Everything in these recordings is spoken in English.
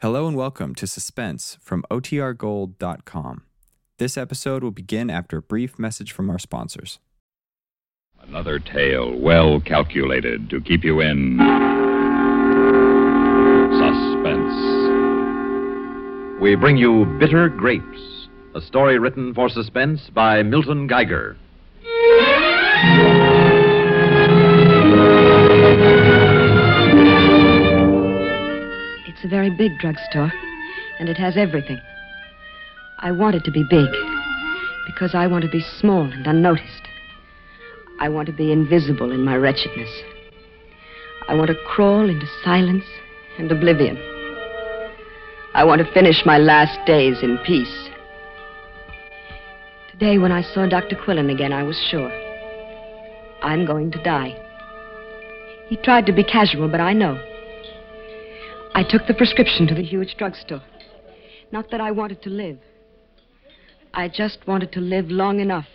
Hello and welcome to Suspense from OTRGold.com. This episode will begin after a brief message from our sponsors. Another tale well calculated to keep you in suspense. We bring you Bitter Grapes, a story written for suspense by Milton Geiger. It's a very big drugstore, and it has everything. I want it to be big because I want to be small and unnoticed. I want to be invisible in my wretchedness. I want to crawl into silence and oblivion. I want to finish my last days in peace. Today, when I saw Dr. Quillen again, I was sure. I'm going to die. He tried to be casual, but I know. I took the prescription to the huge drugstore. Not that I wanted to live. I just wanted to live long enough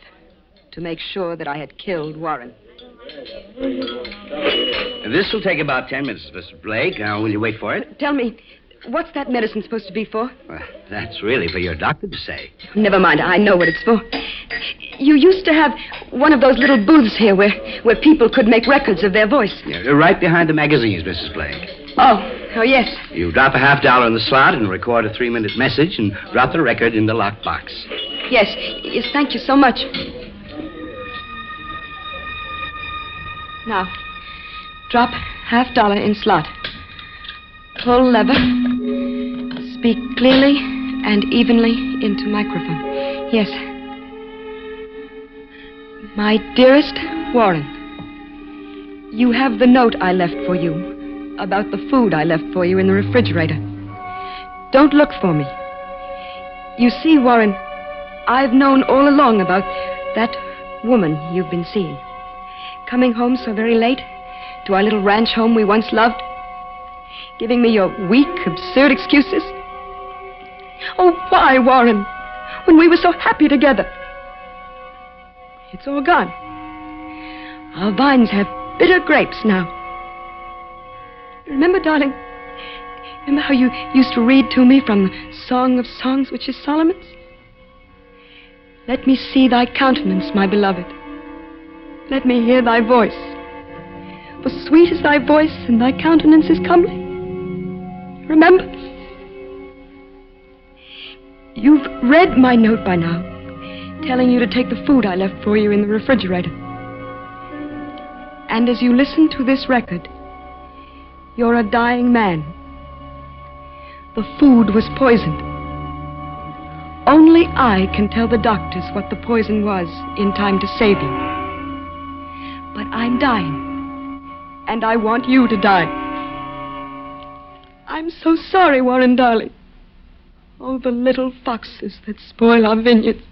to make sure that I had killed Warren. This will take about ten minutes, Mr. Blake. Now, will you wait for it? Tell me, what's that medicine supposed to be for? Well, that's really for your doctor to say. Never mind, I know what it's for. You used to have one of those little booths here where, where people could make records of their voice. Yeah, right behind the magazines, Mrs. Blake. Oh, oh yes. You drop a half dollar in the slot and record a three-minute message and drop the record in the locked box. Yes, yes, thank you so much. Now, drop half dollar in slot. Pull lever. Speak clearly and evenly into microphone. Yes. My dearest Warren, you have the note I left for you about the food I left for you in the refrigerator. Don't look for me. You see, Warren, I've known all along about that woman you've been seeing. Coming home so very late to our little ranch home we once loved. Giving me your weak, absurd excuses. Oh, why, Warren? When we were so happy together. It's all gone. Our vines have bitter grapes now. Remember, darling? Remember how you used to read to me from the Song of Songs, which is Solomon's? Let me see thy countenance, my beloved. Let me hear thy voice. For sweet is thy voice, and thy countenance is comely. Remember? You've read my note by now, telling you to take the food I left for you in the refrigerator. And as you listen to this record, you're a dying man. The food was poisoned. Only I can tell the doctors what the poison was in time to save you. But I'm dying. And I want you to die. I'm so sorry, Warren, darling. Oh, the little foxes that spoil our vineyards.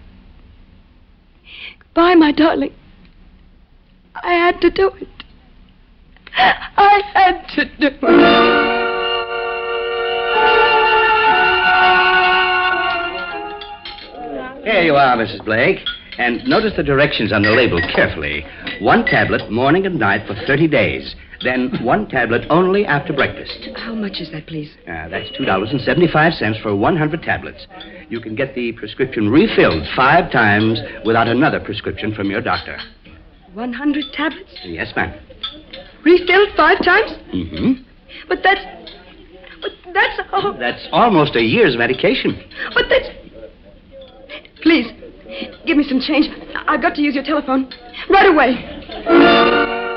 Goodbye, my darling. I had to do it. I had to do it. Here you are, Mrs. Blake. And notice the directions on the label carefully. One tablet morning and night for 30 days. Then one tablet only after breakfast. How much is that, please? Uh, that's $2.75 for 100 tablets. You can get the prescription refilled five times without another prescription from your doctor. 100 tablets? Yes, ma'am. Refilled five times? Mm-hmm. But that's. But that's. Oh, That's almost a year's medication. but that's. Please, give me some change. I- I've got to use your telephone. Right away.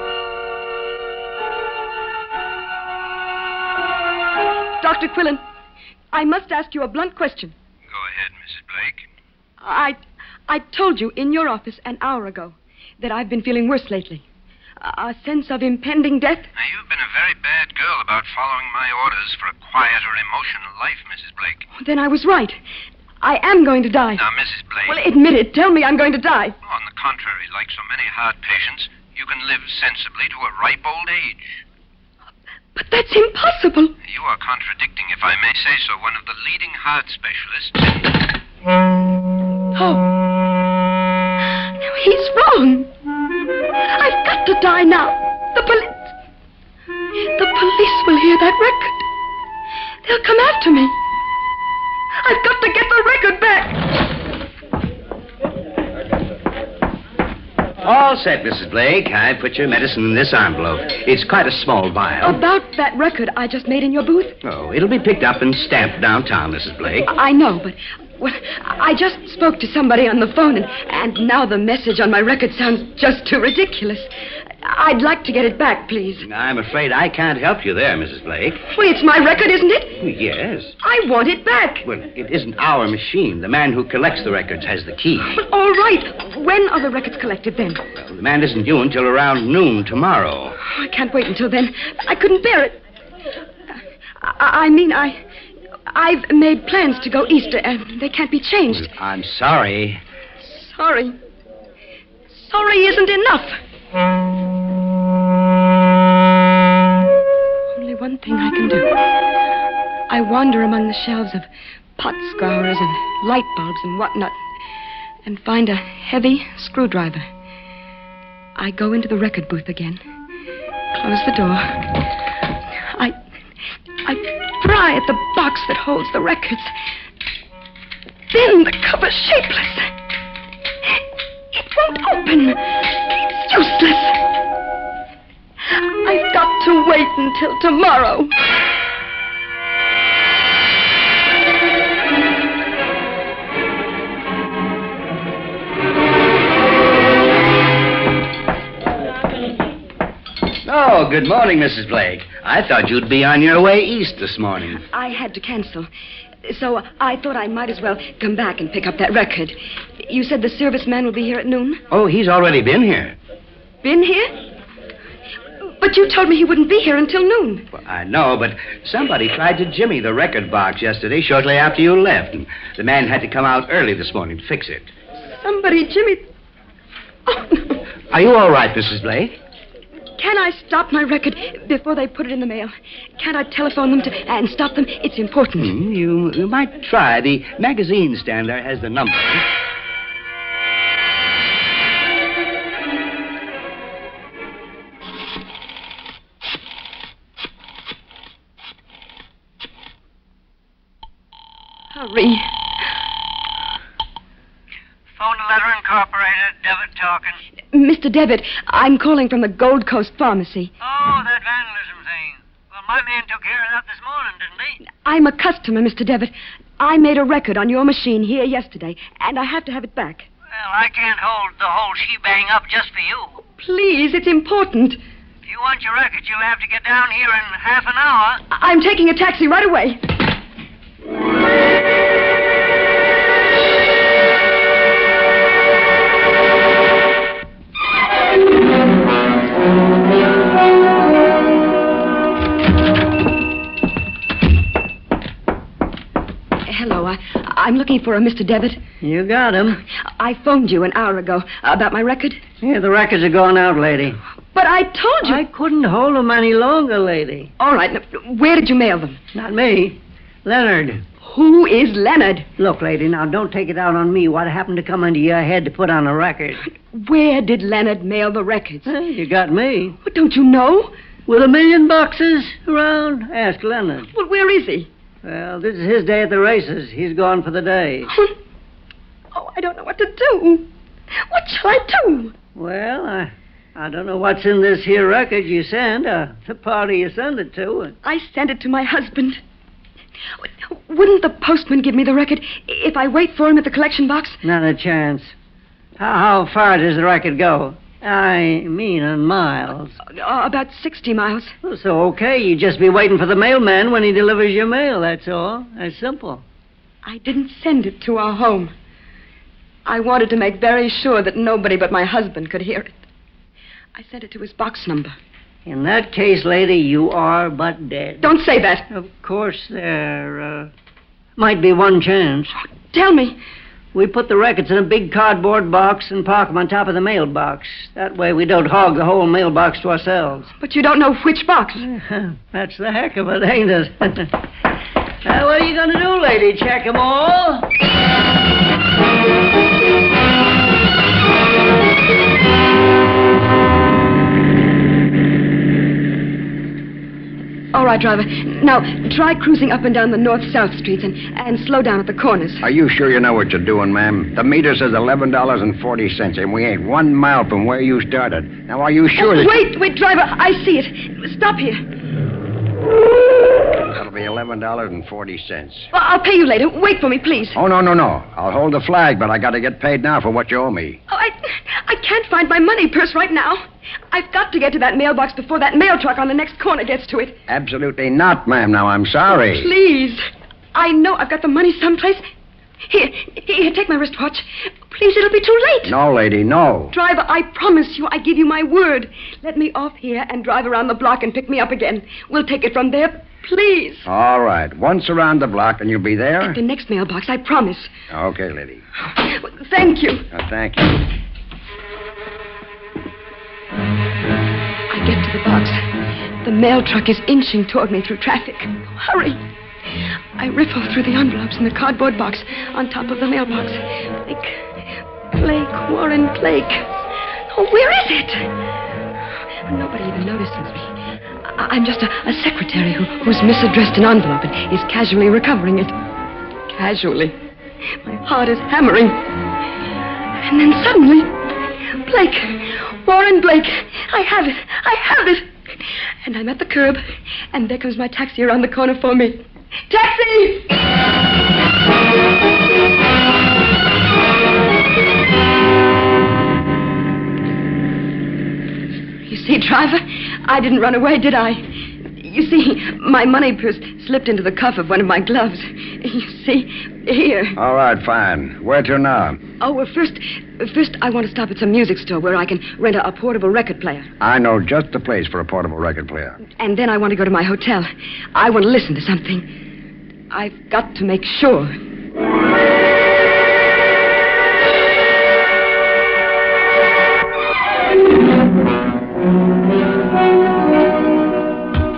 Dr. Quillen, I must ask you a blunt question. Go ahead, Mrs. Blake. I. I told you in your office an hour ago that I've been feeling worse lately. A a sense of impending death? Now, you've been a very bad girl about following my orders for a quieter emotional life, Mrs. Blake. Then I was right. I am going to die. Now, Mrs. Blake, Well, admit it. Tell me I'm going to die. on the contrary, like so many hard patients, you can live sensibly to a ripe old age. But that's impossible. You are contradicting, if I may say so, one of the leading heart specialists. Oh. No, he's wrong. I've got to die now. The police. The police will hear that record. They'll come after me. I've got to get the record back. All set, Mrs. Blake. I put your medicine in this envelope. It's quite a small vial. About that record I just made in your booth? Oh, it'll be picked up and stamped downtown, Mrs. Blake. I know, but well, I just spoke to somebody on the phone, and, and now the message on my record sounds just too ridiculous. I'd like to get it back, please. I'm afraid I can't help you there, Mrs. Blake. Well, it's my record, isn't it? Yes. I want it back. Well, it isn't our machine. The man who collects the records has the key. But all right. When are the records collected then? The man isn't due until around noon tomorrow. I can't wait until then. I couldn't bear it. I, I mean, I. I've made plans to go east, and they can't be changed. I'm sorry. Sorry. Sorry isn't enough. Only one thing I can do. I wander among the shelves of pot scours and light bulbs and whatnot and find a heavy screwdriver. I go into the record booth again, close the door. I. I pry at the box that holds the records. Then the cover shapeless. It won't open. It's useless. I've got to wait until tomorrow. Oh, good morning, Mrs. Blake. I thought you'd be on your way east this morning. I had to cancel. So I thought I might as well come back and pick up that record. You said the serviceman will be here at noon? Oh, he's already been here. Been here? But you told me he wouldn't be here until noon. Well, I know, but somebody tried to jimmy the record box yesterday shortly after you left. And the man had to come out early this morning to fix it. Somebody, Jimmy. Oh, no. Are you all right, Mrs. Blake? Can I stop my record before they put it in the mail? Can't I telephone them to, and stop them? It's important. Hmm, You, you might try. The magazine stand there has the number. Hurry. Phone Letter Incorporated, Devitt talking. Mr. Devitt, I'm calling from the Gold Coast Pharmacy. Oh, that vandalism thing. Well, my man took care of that this morning, didn't he? I'm a customer, Mr. Devitt. I made a record on your machine here yesterday, and I have to have it back. Well, I can't hold the whole shebang up just for you. Please, it's important. If you want your record, you'll have to get down here in half an hour. I- I'm taking a taxi right away. Hello, I, I'm looking for a Mr. Devitt. You got him. I phoned you an hour ago about my record, Yeah, the records are going out, lady. but I told you. I couldn't hold 'em any longer, lady. All right, now, where did you mail them? Not me. Leonard. Who is Leonard? Look, lady, now don't take it out on me what happened to come into your head to put on a record. Where did Leonard mail the records? Hey, you got me. Well, don't you know? With a million boxes around? Ask Leonard. Well, where is he? Well, this is his day at the races. He's gone for the day. Oh, I don't know what to do. What shall I do? Well, I, I don't know what's in this here record you sent, uh, the party you sent it to. and- I sent it to my husband. Wouldn't the postman give me the record if I wait for him at the collection box? Not a chance. How, how far does the record go? I mean in miles. Uh, about 60 miles. Well, So, okay, you just be waiting for the mailman when he delivers your mail, that's all. That's simple. I didn't send it to our home. I wanted to make very sure that nobody but my husband could hear it. I sent it to his box number. In that case, lady, you are but dead. Don't say that. Of course, there uh, might be one chance. Tell me. We put the records in a big cardboard box and park 'em on top of the mailbox. That way we don't hog the whole mailbox to ourselves. But you don't know which box. That's the heck of it, ain't it? now, what are you going to do, lady? Check 'em all? All All right, driver. Now, try cruising up and down the north south streets and, and slow down at the corners. Are you sure you know what you're doing, ma'am? The meter says $11.40, and we ain't one mile from where you started. Now, are you sure that. Wait, wait, driver. I see it. Stop here. That'll be $11.40. Well, I'll pay you later. Wait for me, please. Oh, no, no, no. I'll hold the flag, but I gotta get paid now for what you owe me. Oh, I, I can't find my money purse right now. I've got to get to that mailbox before that mail truck on the next corner gets to it. Absolutely not, ma'am. Now, I'm sorry. Please. I know I've got the money someplace. Here, here, take my wristwatch. Please, it'll be too late. No, lady, no. Driver, I promise you, I give you my word. Let me off here and drive around the block and pick me up again. We'll take it from there, please. All right. Once around the block, and you'll be there? The next mailbox, I promise. Okay, lady. Thank you. Now, thank you. I get to the box. The mail truck is inching toward me through traffic. Hurry! I riffle through the envelopes in the cardboard box on top of the mailbox. Blake, Blake, Warren Blake. Oh, where is it? Nobody even notices me. I- I'm just a, a secretary who, who's misaddressed an envelope and is casually recovering it. Casually. My heart is hammering. And then suddenly, Blake, Warren Blake, I have it, I have it. And I'm at the curb, and there comes my taxi around the corner for me. Taxi! You see, driver, I didn't run away, did I? You see, my money purse slipped into the cuff of one of my gloves. You see, here. All right, fine. Where to now? Oh, well, first, first I want to stop at some music store where I can rent a, a portable record player, I know just the place for a portable record player. and then I want to go to my hotel. I want to listen to something. I've got to make sure.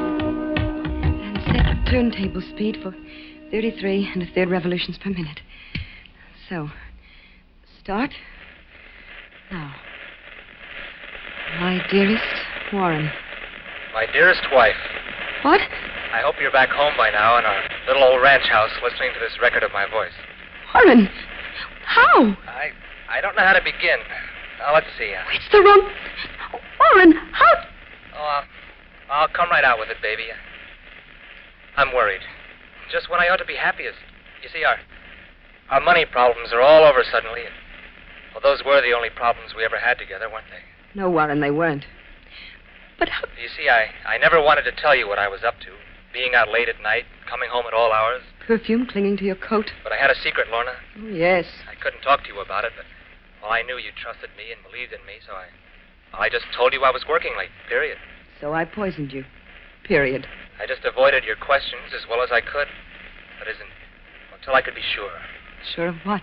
And set the turntable speed for 33 and a third revolutions per minute. So, start now. My dearest Warren. My dearest wife, What? I hope you're back home by now in our little old ranch house listening to this record of my voice. Warren! How? I I don't know how to begin. Uh, let's see. Uh, It's the wrong. Warren, how? oh, I'll, I'll come right out with it, baby. I'm worried. Just when I ought to be happiest. You see, our our money problems are all over suddenly. And, well, those were the only problems we ever had together, weren't they? No, Warren, they weren't. But how? You see, I, I never wanted to tell you what I was up to, being out late at night, coming home at all hours. Perfume clinging to your coat. But I had a secret, Lorna. Oh, yes. I couldn't talk to you about it, but well, I knew you trusted me and believed in me, so I well, I just told you I was working late, period. So I poisoned you. Period. I just avoided your questions as well as I could. That isn't until I could be sure. Sure of what?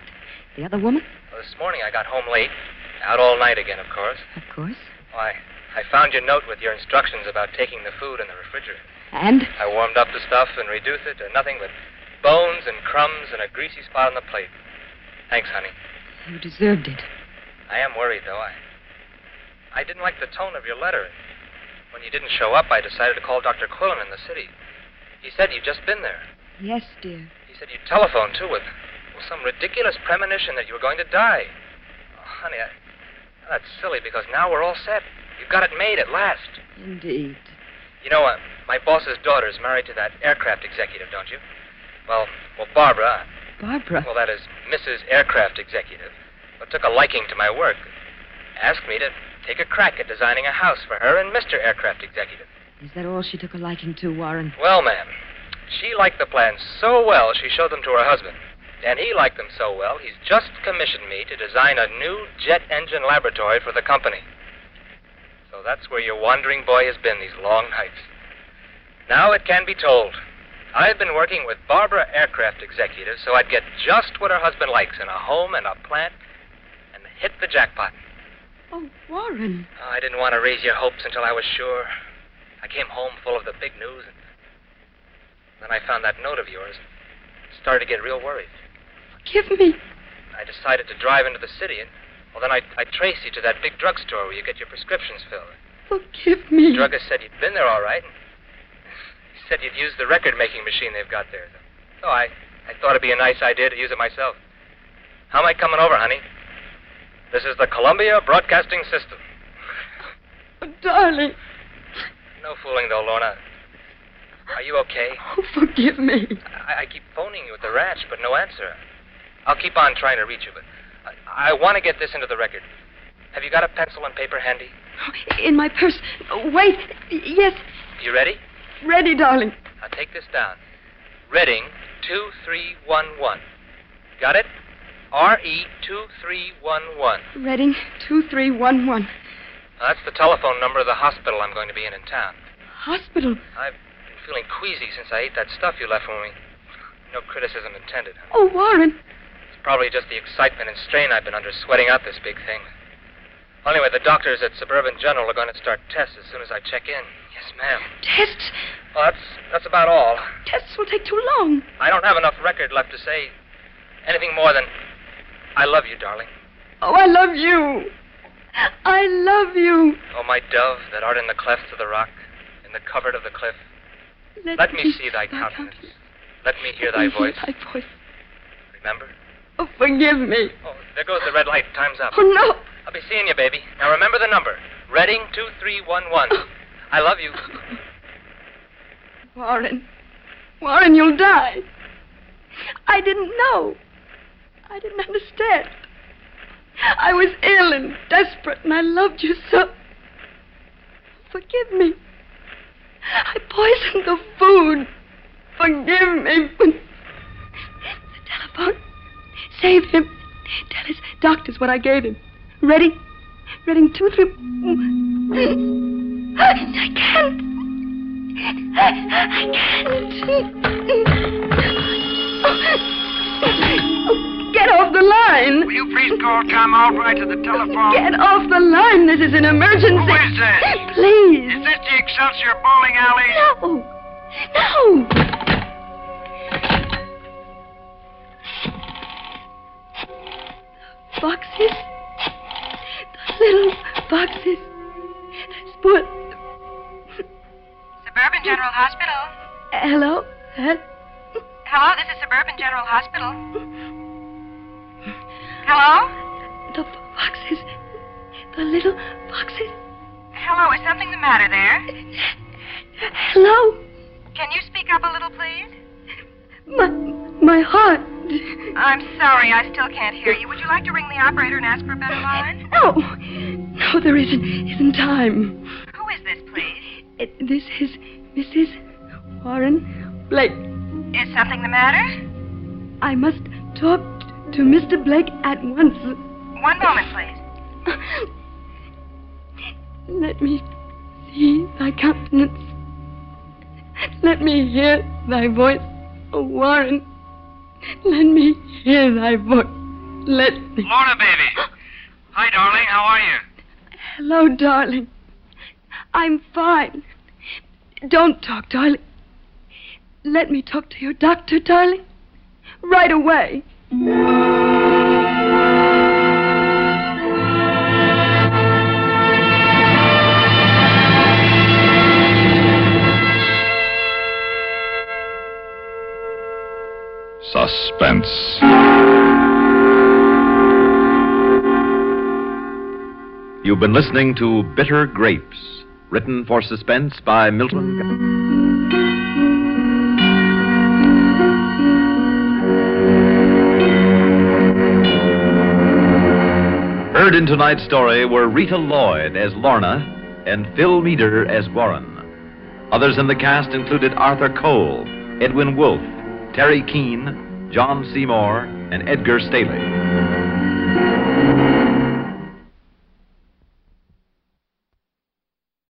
The other woman? Well, this morning I got home late, out all night again, of course. Of course. Why, I found your note with your instructions about taking the food in the refrigerator. And? I warmed up the stuff and reduced it to nothing but bones and crumbs and a greasy spot on the plate. Thanks, honey. You deserved it. I am worried, though. I, I didn't like the tone of your letter. When you didn't show up, I decided to call Dr. Quillen in the city. He said you'd just been there. Yes, dear. He said you telephoned, too, with, with some ridiculous premonition that you were going to die. Oh, honey, I, that's silly because now we're all set. You've got it made at last. Indeed. You know, uh, my boss's daughter's married to that aircraft executive, don't you? Well, well, Barbara, Barbara. well, that is Mrs. Aircraft Executive, but took a liking to my work. Asked me to take a crack at designing a house for her and Mr. Aircraft Executive. Is that all she took a liking to, Warren? Well, ma'am, she liked the plans so well she showed them to her husband. And he liked them so well, he's just commissioned me to design a new jet engine laboratory for the company. So that's where your wandering boy has been these long nights. Now it can be told. I've been working with Barbara Aircraft Executive so I'd get just what her husband likes in a home and a plant and hit the jackpot. Oh, Warren. Oh, I didn't want to raise your hopes until I was sure. I came home full of the big news. And then I found that note of yours and started to get real worried. Forgive me. I decided to drive into the city and, well, then I, I traced you to that big drugstore where you get your prescriptions filled. Forgive me. The druggist said you'd been there all right. And he said you'd use the record making machine they've got there. So I, I thought it'd be a nice idea to use it myself. How am I coming over, honey? This is the Columbia Broadcasting System. Oh, darling. No fooling, though, Lorna. Are you okay? Oh, forgive me. I, I keep phoning you at the ranch, but no answer. I'll keep on trying to reach you, but I, I want to get this into the record. Have you got a pencil and paper handy? In my purse. Oh, Wait. Yes. You ready? Ready, darling. Now take this down. Reading 2311. Got it? E RE 2311. Reading 2311. That's the telephone number of the hospital I'm going to be in in town. Hospital. I've been feeling queasy since I ate that stuff you left for me. No criticism intended. Oh, Warren. It's probably just the excitement and strain I've been under sweating out this big thing. Anyway, the doctors at Suburban General are going to start tests as soon as I check in. Yes, ma'am. Tests. Well, that's, that's about all. Tests will take too long. I don't have enough record left to say anything more than I love you, darling. Oh, I love you. I love you. Oh, my dove that art in the cleft of the rock, in the covert of the cliff. Let, me see thy countenance. Let me hear Let thy me voice. Thy voice. Remember? Oh, forgive me. Oh, there goes the red light. Time's up. Oh, no. I'll be seeing you, baby. Now remember the number. Reading Oh. 2311. I love you. Warren. Warren, you'll die. I didn't know. I didn't understand. I was ill and desperate, and I loved you so. Forgive me. I poisoned the food. Forgive me. The telephone. Save him. Tell his doctors what I gave him. Ready? Reading two, three. I can't. I can't. Get off the line. Will you please call Tom Albright to the telephone? Get off the line. This is an emergency. Who is this? Please. Is this the Excelsior bowling alley? No. No. Boxes. The little boxes. That's what. Suburban General Hospital. Hello? Huh? Hello, this is Suburban General Hospital. Hello? The boxes. The little boxes. Hello, is something the matter there? Hello? Can you speak up a little, please? My, my heart. I'm sorry, I still can't hear you. Would you like to ring the operator and ask for a better line? No. No, there isn't, isn't time. Who is this, please? It, this is Mrs. Warren Blake. Is something the matter? I must talk to Mr. Blake at once. One moment, please. Let me see thy countenance. Let me hear thy voice, O Warren. Let me hear thy voice. Let me. Lorna, baby. Hi, darling. How are you? Hello, darling. I'm fine. Don't talk, darling. Let me talk to your doctor, darling. Right away. Suspense. You've been listening to Bitter Grapes, written for suspense by Milton. Ga- Heard in tonight's story were Rita Lloyd as Lorna and Phil Meader as Warren. Others in the cast included Arthur Cole, Edwin Wolfe, Terry Keane, John Seymour, and Edgar Staley.